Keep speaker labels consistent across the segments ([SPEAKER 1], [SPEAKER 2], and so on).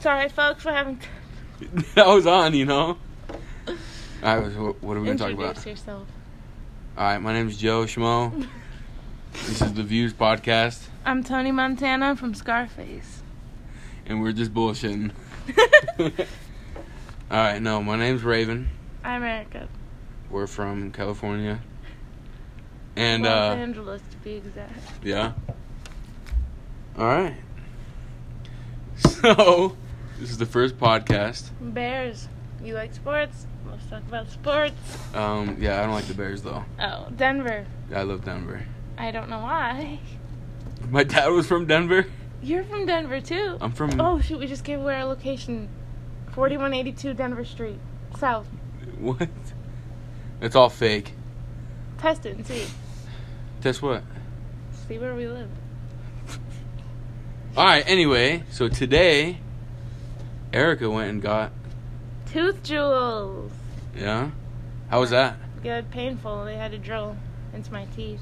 [SPEAKER 1] Sorry, folks, for having.
[SPEAKER 2] that was on, you know. All right, what, what are we gonna talk about?
[SPEAKER 1] Introduce yourself.
[SPEAKER 2] All right, my name's Joe Schmo. This is the Views Podcast,
[SPEAKER 1] I'm Tony Montana from Scarface.
[SPEAKER 2] and we're just bullshitting. All right, no, my name's Raven.
[SPEAKER 1] I'm Erica.
[SPEAKER 2] We're from California, and
[SPEAKER 1] Los
[SPEAKER 2] uh,
[SPEAKER 1] Angeles, to be exact.
[SPEAKER 2] yeah. All right. So this is the first podcast.
[SPEAKER 1] Bears. You like sports? Let's talk about sports.
[SPEAKER 2] Um, yeah, I don't like the Bears though.
[SPEAKER 1] Oh, Denver.
[SPEAKER 2] I love Denver.
[SPEAKER 1] I don't know why.
[SPEAKER 2] My dad was from Denver.
[SPEAKER 1] You're from Denver too.
[SPEAKER 2] I'm from.
[SPEAKER 1] Oh shoot, we just gave away our location. 4182 Denver Street, South.
[SPEAKER 2] What? It's all fake.
[SPEAKER 1] Test it and see.
[SPEAKER 2] Guess what?
[SPEAKER 1] See where we live.
[SPEAKER 2] All right. Anyway, so today, Erica went and got.
[SPEAKER 1] Tooth jewels.
[SPEAKER 2] Yeah. How was that?
[SPEAKER 1] Good, painful. They had to drill into my teeth.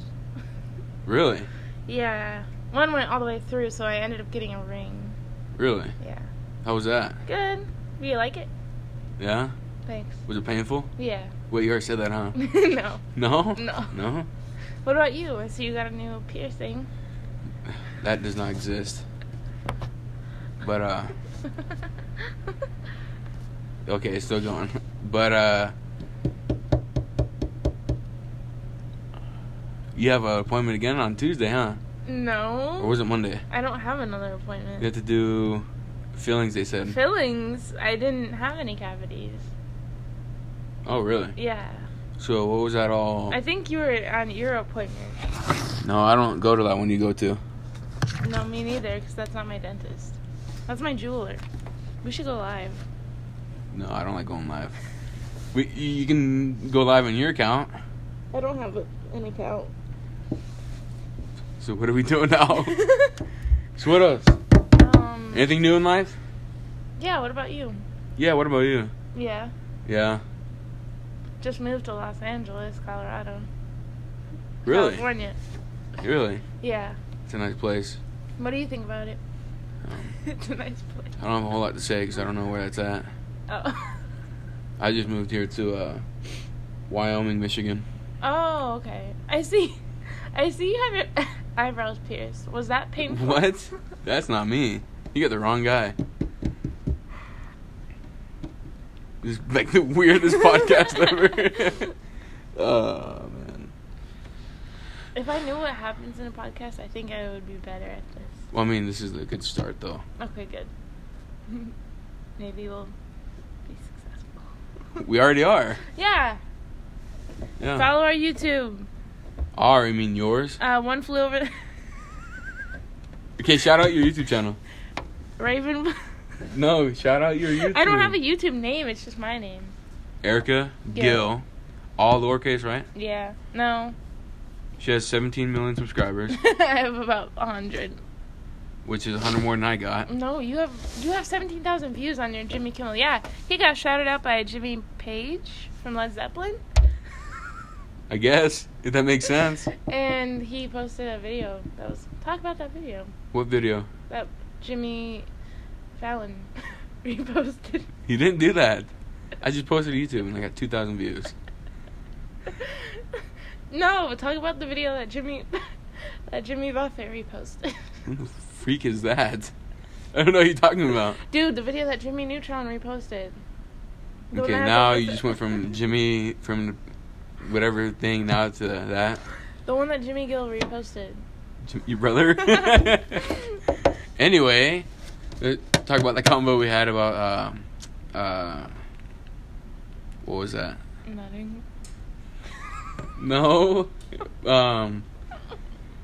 [SPEAKER 2] Really?
[SPEAKER 1] Yeah. One went all the way through, so I ended up getting a ring.
[SPEAKER 2] Really?
[SPEAKER 1] Yeah.
[SPEAKER 2] How was that?
[SPEAKER 1] Good. Do you like it?
[SPEAKER 2] Yeah.
[SPEAKER 1] Thanks.
[SPEAKER 2] Was it painful?
[SPEAKER 1] Yeah.
[SPEAKER 2] Wait, you already said that, huh?
[SPEAKER 1] no.
[SPEAKER 2] No.
[SPEAKER 1] No.
[SPEAKER 2] No.
[SPEAKER 1] What about you? I see you got a new piercing.
[SPEAKER 2] That does not exist. But uh, okay, it's still going. But uh, you have an appointment again on Tuesday, huh? Or
[SPEAKER 1] no.
[SPEAKER 2] was it Monday?
[SPEAKER 1] I don't have another
[SPEAKER 2] You have
[SPEAKER 1] appointment.
[SPEAKER 2] to do feelings. They said.
[SPEAKER 1] Fillings. I didn't have any cavities.
[SPEAKER 2] Oh, really?
[SPEAKER 1] Yeah.
[SPEAKER 2] So what was that all?
[SPEAKER 1] I think you were on your appointment.
[SPEAKER 2] No, I don't go to that one you go to.
[SPEAKER 1] No, me neither, because that's not my dentist. That's my jeweler. We should go live.
[SPEAKER 2] No, I don't like going live. We, you can go live on your account.
[SPEAKER 1] I don't have an account.
[SPEAKER 2] So what are we doing now? so what else?
[SPEAKER 1] um,
[SPEAKER 2] Anything new in life?
[SPEAKER 1] yeah, what about you?
[SPEAKER 2] Yeah. What about you?
[SPEAKER 1] Yeah,
[SPEAKER 2] Yeah.
[SPEAKER 1] just moved to Los Angeles, Colorado.
[SPEAKER 2] Really?
[SPEAKER 1] California.
[SPEAKER 2] Really?
[SPEAKER 1] Yeah.
[SPEAKER 2] It's a nice place.
[SPEAKER 1] What do you think about it?
[SPEAKER 2] Um,
[SPEAKER 1] it's a nice place.
[SPEAKER 2] I don't have a whole lot to say because I don't know where that's at.
[SPEAKER 1] Oh.
[SPEAKER 2] I just moved here to uh, Wyoming, Michigan.
[SPEAKER 1] oh, okay. I see. I see you have your eyebrows pierced. Was that painful?
[SPEAKER 2] What? That's not me. You got the wrong guy. This is like the weirdest podcast ever. oh man.
[SPEAKER 1] If I knew what happens in a podcast, I think I would be better at this.
[SPEAKER 2] Well, I mean, this is a good start though.
[SPEAKER 1] Okay, good. Maybe we'll be successful.
[SPEAKER 2] We already are.
[SPEAKER 1] Yeah.
[SPEAKER 2] Yeah.
[SPEAKER 1] Follow our YouTube.
[SPEAKER 2] Are I mean yours?
[SPEAKER 1] Uh, one flew over. The-
[SPEAKER 2] Okay, shout out your YouTube channel.
[SPEAKER 1] Raven.
[SPEAKER 2] No, shout out your YouTube.
[SPEAKER 1] I don't have a YouTube name. It's just my name.
[SPEAKER 2] Erica
[SPEAKER 1] Yeah.
[SPEAKER 2] Gill, all lowercase, right?
[SPEAKER 1] Yeah. No.
[SPEAKER 2] She has 17 million subscribers,
[SPEAKER 1] I have about a hundred.
[SPEAKER 2] which is 100 more than I got.
[SPEAKER 1] No, you have you have seventeen thousand views on your Jimmy Kimmel. Yeah, he got shouted out by Jimmy Page from Led Zeppelin,
[SPEAKER 2] I guess if that makes sense.
[SPEAKER 1] and he posted a video that was talk about that video
[SPEAKER 2] What video?
[SPEAKER 1] that Jimmy Fallon reposted.
[SPEAKER 2] You didn't do that. I just posted to YouTube and I got 2,000 views.
[SPEAKER 1] no, talk about the video that Jimmy that Jimmy Buffett reposted.
[SPEAKER 2] Who the freak is that? I don't know what you're talking about.
[SPEAKER 1] Dude, the video that Jimmy Neutron reposted. The one
[SPEAKER 2] Okay,
[SPEAKER 1] that has
[SPEAKER 2] now
[SPEAKER 1] all the-
[SPEAKER 2] you just went from Jimmy from whatever thing now to that.
[SPEAKER 1] The one that Jimmy Gill reposted.
[SPEAKER 2] Jim- Your brother. anyway, let's talk about the combo we had about uh, uh, what was that?
[SPEAKER 1] Nothing.
[SPEAKER 2] No, um,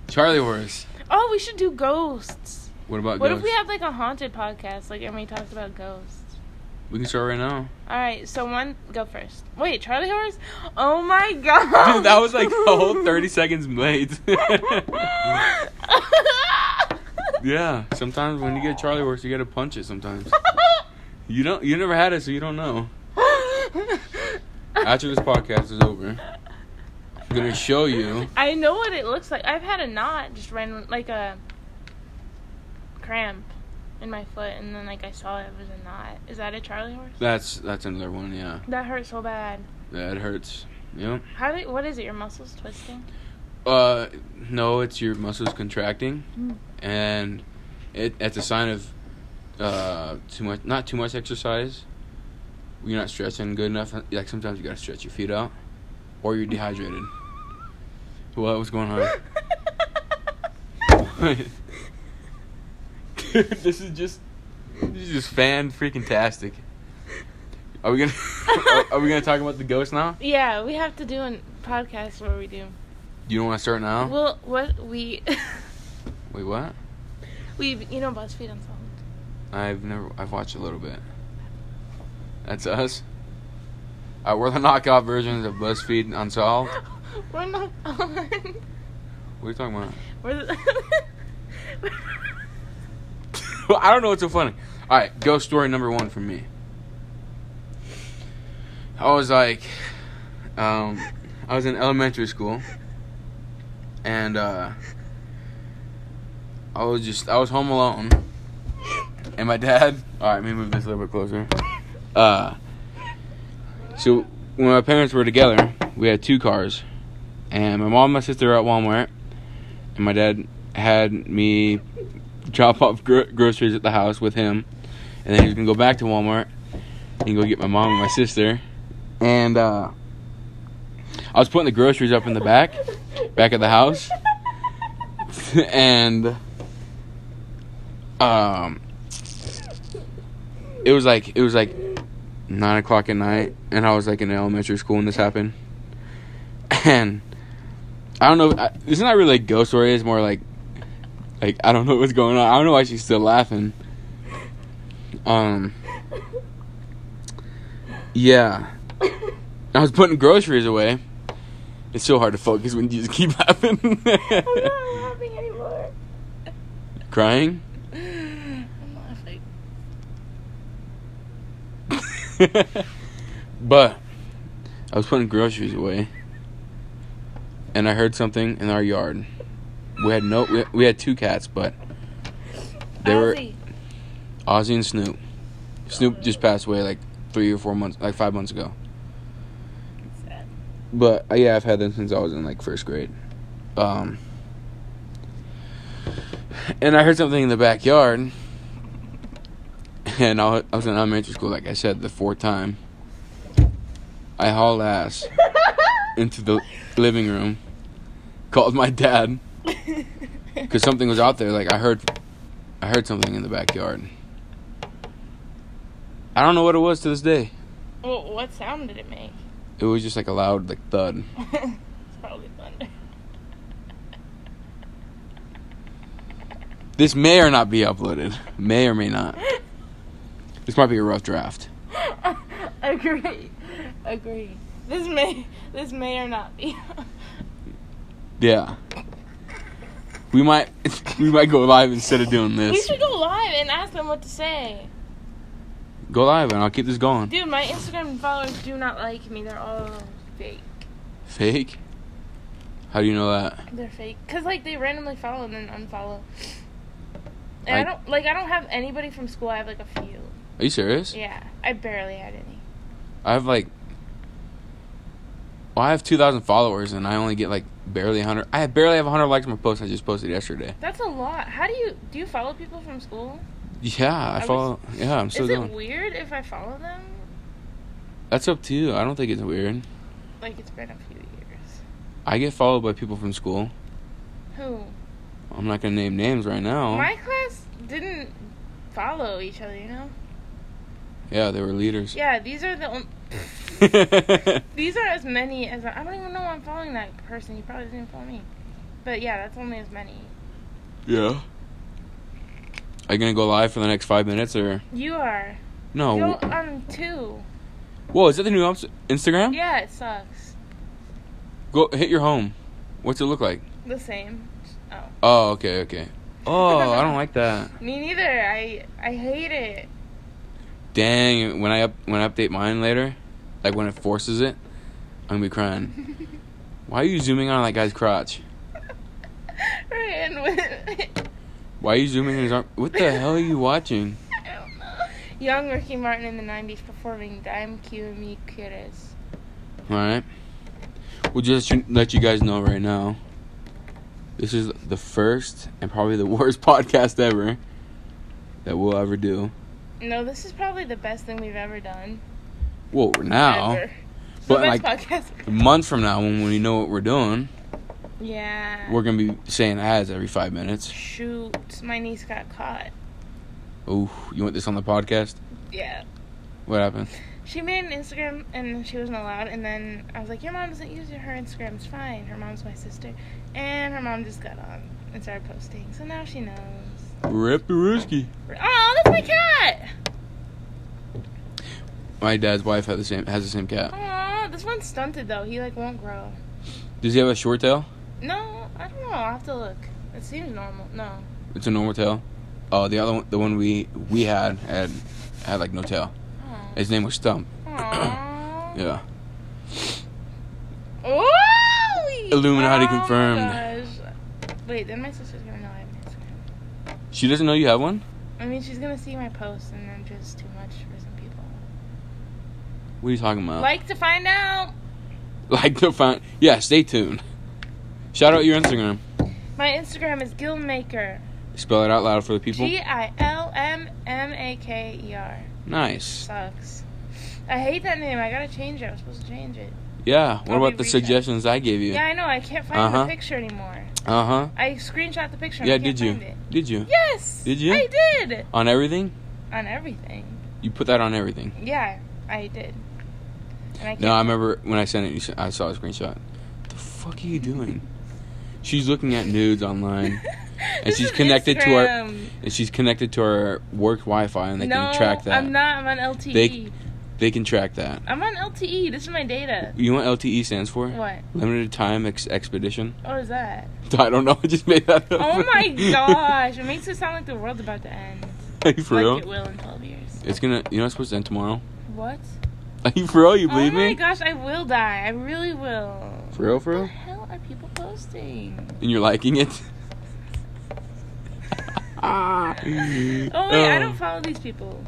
[SPEAKER 2] Charlie horse.
[SPEAKER 1] Oh, we should do ghosts.
[SPEAKER 2] What about
[SPEAKER 1] What if
[SPEAKER 2] ghosts?
[SPEAKER 1] we had like a haunted podcast, like and we talked about ghosts?
[SPEAKER 2] We can start right now.
[SPEAKER 1] All right, so one go first. Wait, Charlie horse? Oh my god!
[SPEAKER 2] Dude, that was like a whole 30 seconds late. yeah, sometimes when you get Charlie horse, you gotta punch it sometimes. You don't. You never had it, so you don't know. After this podcast is over, I'm gonna show you.
[SPEAKER 1] I know what it looks like. I've had a knot, just random, like a cramp. in my foot, and then like I saw it was a knot. Is that a Charlie horse?
[SPEAKER 2] That's that's another one. Yeah,
[SPEAKER 1] That hurt so bad.
[SPEAKER 2] that hurts. Yep.
[SPEAKER 1] How did? What is it? Your muscles twisting?
[SPEAKER 2] Uh, no, it's your muscles contracting,
[SPEAKER 1] Mm.
[SPEAKER 2] and it that's a sign of uh too much not too much exercise. You're not stretching good enough. Like sometimes you gotta stretch your feet out, or you're dehydrated. What was going on? Dude, this is just this is just fan freaking tastic. Are we gonna are, are we gonna talk about the ghost now?
[SPEAKER 1] yeah, we have to do a podcast where we do.
[SPEAKER 2] You don't want to start now?
[SPEAKER 1] Well, what we
[SPEAKER 2] Wait, what?
[SPEAKER 1] we you know BuzzFeed Unsolved.
[SPEAKER 2] I've never. I've watched a little bit. That's us. Uh, we're the knockout versions of BuzzFeed Unsolved.
[SPEAKER 1] We're not on.
[SPEAKER 2] What are you talking about?
[SPEAKER 1] We're the
[SPEAKER 2] I don't know what's so funny. All right, ghost story number one for me. I was like, um, I was in elementary school, and uh, I was just I was home alone, and my dad. All right, let me move this a little bit closer. Uh, so when my parents were together, we had two cars, and my mom and my sister were at Walmart, and my dad had me drop off gro- groceries at the house with him, and then he's gonna go back to Walmart and go get my mom and my sister. And uh, I was putting the groceries up in the back, back of the house, and um, it was like it was like nine o'clock at night, and I was like in elementary school when this happened, and. I don't know. I- It's not really a ghost story. It's more like like I don't know what's going on. I don't know why she's still laughing. Um. Yeah. I was putting groceries away. It's so hard to focus when you just keep laughing.
[SPEAKER 1] I'm not laughing anymore.
[SPEAKER 2] Crying?
[SPEAKER 1] I'm laughing.
[SPEAKER 2] but I was putting groceries away, and I heard something in our yard. We had no. We, we had two cats, but they were
[SPEAKER 1] Ozzy,
[SPEAKER 2] Ozzy and Snoop. Snoop just passed away like three or four months, like five months ago.
[SPEAKER 1] it's sad.
[SPEAKER 2] But uh, yeah, I've had them since I was in like first grade. Um, and I heard something in the backyard, and I wa- I was in elementary school, like I said, the fourth time. I haul ass into the living room, called my dad because something was out there. Like I heard, I heard something in the backyard. I don't know what it was to this day.
[SPEAKER 1] well, what sound did it make?
[SPEAKER 2] It was just like a loud like thud.
[SPEAKER 1] it's probably thunder.
[SPEAKER 2] This may or not be uploaded. May or may not. This might be a rough draft.
[SPEAKER 1] agree, agree. This may this may or not be.
[SPEAKER 2] Yeah. We might we might go live instead of doing
[SPEAKER 1] we
[SPEAKER 2] this.
[SPEAKER 1] should go live and ask them what to say.
[SPEAKER 2] Go live and I'll keep this going.
[SPEAKER 1] Dude, my Instagram followers do not like me. They're all fake.
[SPEAKER 2] Fake? How do you know that?
[SPEAKER 1] They're fake. Cause like they randomly follow and then unfollow. And I,
[SPEAKER 2] I-
[SPEAKER 1] don't like I don't have anybody from school. I have like a few.
[SPEAKER 2] Are you serious?
[SPEAKER 1] Yeah, I barely had any.
[SPEAKER 2] I have like Well, I have 2000 followers and I only get like barely 100. I barely have 100 likes on my post I just posted yesterday.
[SPEAKER 1] That's a lot. How do you do? You follow people from school?
[SPEAKER 2] Yeah,
[SPEAKER 1] was-
[SPEAKER 2] I follow Yeah, I'm still
[SPEAKER 1] Is
[SPEAKER 2] doing.
[SPEAKER 1] it weird if I follow them?
[SPEAKER 2] That's up to you. I don't think it's weird.
[SPEAKER 1] Like it's been a few years.
[SPEAKER 2] I get followed by people from school.
[SPEAKER 1] Who?
[SPEAKER 2] I'm not going to name names right now.
[SPEAKER 1] My class didn't follow each other. You know.
[SPEAKER 2] Yeah, they were leaders.
[SPEAKER 1] Yeah, these are the on-
[SPEAKER 2] yeah,
[SPEAKER 1] these are as many as I don't even know why I'm following that person. He probably didn't follow me. But yeah, that's only as many.
[SPEAKER 2] Are you gonna go live for the next five minutes or
[SPEAKER 1] You are.
[SPEAKER 2] no?
[SPEAKER 1] Go on two.
[SPEAKER 2] Whoa, is that the new ups- Instagram?
[SPEAKER 1] Yeah, it sucks.
[SPEAKER 2] Go hit your home. What's it look like?
[SPEAKER 1] The same.
[SPEAKER 2] Oh, okay, okay. Oh, I don't like that.
[SPEAKER 1] Me neither. I I hate it.
[SPEAKER 2] Dang, when I up when I update mine later, like when it forces it, I'm gonna be crying. Why are you zooming on that guy's crotch?
[SPEAKER 1] right, and when,
[SPEAKER 2] Why Why are you zooming in his arm? What the hell are you watching?
[SPEAKER 1] I don't know. Young Ricky Martin in the 90s performing Daimkyu Mi Quieres.
[SPEAKER 2] All right. We'll just let you guys know right now. This is the first and probably the worst podcast ever that we'll ever do.
[SPEAKER 1] No, this is probably the best thing we've ever done.
[SPEAKER 2] Well, we're now,
[SPEAKER 1] Ever.
[SPEAKER 2] Oh. but
[SPEAKER 1] the best
[SPEAKER 2] like
[SPEAKER 1] podcast.
[SPEAKER 2] a month from now, when we know what we're doing,
[SPEAKER 1] Yeah.
[SPEAKER 2] we're gonna be saying ads every five minutes.
[SPEAKER 1] Shoot, my niece got caught.
[SPEAKER 2] Oh, you want this on the podcast?
[SPEAKER 1] Yeah.
[SPEAKER 2] What happened?
[SPEAKER 1] She made an Instagram and she wasn't allowed. And then I was like, Your mom doesn't use her Instagram. It's fine. Her mom's my sister. And her mom just got on and started posting. So now she knows.
[SPEAKER 2] Rip the risky.
[SPEAKER 1] Oh, that's my cat.
[SPEAKER 2] My dad's wife had the same has the same cat.
[SPEAKER 1] Oh, this one's stunted though. He like won't grow.
[SPEAKER 2] Does he have a short tail?
[SPEAKER 1] No, I don't know. I'll have to look. It seems normal. No.
[SPEAKER 2] It's a normal tail. Oh, the other one, the one we we had had had like no tail.
[SPEAKER 1] Aw.
[SPEAKER 2] His name was Stump.
[SPEAKER 1] Aw.
[SPEAKER 2] Yeah.
[SPEAKER 1] Ooh!
[SPEAKER 2] Illuminati
[SPEAKER 1] Oh my
[SPEAKER 2] confirmed.
[SPEAKER 1] gosh. Wait, then my sister's gonna know I have an Instagram.
[SPEAKER 2] She doesn't know you have one.
[SPEAKER 1] I mean, she's gonna see my posts, and I'm just too much for some people.
[SPEAKER 2] What are you talking about?
[SPEAKER 1] Like to find out.
[SPEAKER 2] like to find. Yeah, stay tuned. Shout out your Instagram.
[SPEAKER 1] My Instagram is Guildmaker.
[SPEAKER 2] Spell it out loud for the people.
[SPEAKER 1] G I L M M A K E R.
[SPEAKER 2] nice.
[SPEAKER 1] Sucks. I hate that name. I gotta change it. I was supposed to change it.
[SPEAKER 2] Yeah. What
[SPEAKER 1] I'll
[SPEAKER 2] about
[SPEAKER 1] be reading.
[SPEAKER 2] the suggestions I gave you?
[SPEAKER 1] Yeah, I know. I can't find
[SPEAKER 2] Uh-huh.
[SPEAKER 1] the picture anymore.
[SPEAKER 2] Uh huh.
[SPEAKER 1] I screenshot the picture. and
[SPEAKER 2] Yeah.
[SPEAKER 1] I can't
[SPEAKER 2] Did you?
[SPEAKER 1] Find it.
[SPEAKER 2] Did you?
[SPEAKER 1] Yes.
[SPEAKER 2] Did you?
[SPEAKER 1] I did.
[SPEAKER 2] On everything?
[SPEAKER 1] On everything.
[SPEAKER 2] You put that on everything.
[SPEAKER 1] Yeah, I did. And I can't
[SPEAKER 2] No, I remember when I sent it. You s- I saw a screenshot. The fuck are you doing? She's looking at nudes online,
[SPEAKER 1] This
[SPEAKER 2] she's
[SPEAKER 1] is
[SPEAKER 2] connected to our-
[SPEAKER 1] Instagram.
[SPEAKER 2] and she's connected to our work Wi-Fi, and they
[SPEAKER 1] no,
[SPEAKER 2] can track that.
[SPEAKER 1] I'm not. I'm on LTE.
[SPEAKER 2] They- They can track that.
[SPEAKER 1] I'm on LTE. This is my data.
[SPEAKER 2] You know what LTE stands for?
[SPEAKER 1] What?
[SPEAKER 2] Limited time ex- expedition.
[SPEAKER 1] What is that?
[SPEAKER 2] I don't know. I just made that up.
[SPEAKER 1] Oh my gosh! It makes it sound like the world's about to end.
[SPEAKER 2] Are you for
[SPEAKER 1] like
[SPEAKER 2] real?
[SPEAKER 1] it will in 12 years.
[SPEAKER 2] It's gonna. You know, it's supposed to end tomorrow.
[SPEAKER 1] What?
[SPEAKER 2] Are you for real? You
[SPEAKER 1] Oh
[SPEAKER 2] believe
[SPEAKER 1] my
[SPEAKER 2] me?
[SPEAKER 1] gosh! I will die. I really will.
[SPEAKER 2] For real, for
[SPEAKER 1] What the
[SPEAKER 2] real?
[SPEAKER 1] hell are people posting?
[SPEAKER 2] And you're liking it?
[SPEAKER 1] oh wait,
[SPEAKER 2] Um,
[SPEAKER 1] I don't follow these people.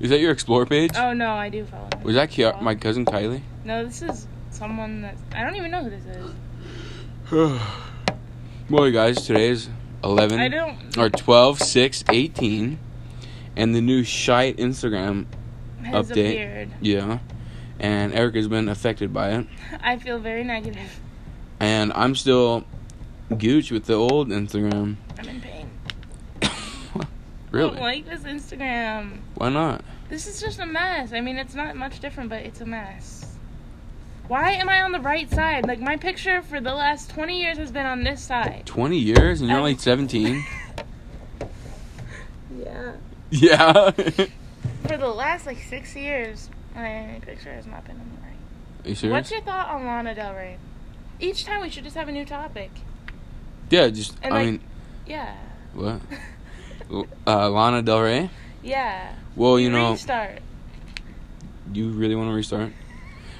[SPEAKER 2] Is that your explore page?
[SPEAKER 1] Oh no, I do follow. them.
[SPEAKER 2] Was that Ki- my cousin Kylie?
[SPEAKER 1] No, this is someone that I don't even know who this is.
[SPEAKER 2] well, you guys, today is 11
[SPEAKER 1] I don't.
[SPEAKER 2] or 12, 6, 18. And the new Shite Instagram,
[SPEAKER 1] Has
[SPEAKER 2] Update.
[SPEAKER 1] appeared.
[SPEAKER 2] yeah. And Erica's been affected by it.
[SPEAKER 1] I feel very negative.
[SPEAKER 2] And I'm still gooch with the old Instagram.
[SPEAKER 1] I'm in pain. I
[SPEAKER 2] Really?
[SPEAKER 1] don't like this Instagram.
[SPEAKER 2] Why not?
[SPEAKER 1] This is just a mess. I mean, it's not much different, but it's a mess. Why am I on the right side? Like, my picture for the last 20 years has been on this side.
[SPEAKER 2] 20 years and you're
[SPEAKER 1] I-
[SPEAKER 2] only 17?
[SPEAKER 1] Yeah.
[SPEAKER 2] yeah.
[SPEAKER 1] For the last, like, six years, my picture has not been on the right.
[SPEAKER 2] Are you serious?
[SPEAKER 1] What's your thought on Lana Del Rey? Each time we should just have a new topic.
[SPEAKER 2] Yeah, just
[SPEAKER 1] And,
[SPEAKER 2] I
[SPEAKER 1] like-
[SPEAKER 2] mean,
[SPEAKER 1] Yeah.
[SPEAKER 2] what? L- Uh, Lana Del Rey.
[SPEAKER 1] yeah.
[SPEAKER 2] Well, you know,
[SPEAKER 1] Restart.
[SPEAKER 2] you really want to restart.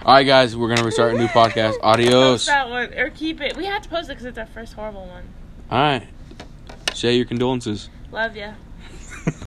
[SPEAKER 2] All right, guys, we're gonna restart a new podcast.
[SPEAKER 1] Post
[SPEAKER 2] Adios. All
[SPEAKER 1] that one, or keep it. We have to post it because it's our first horrible one.
[SPEAKER 2] right. Say your condolences.
[SPEAKER 1] Love ya.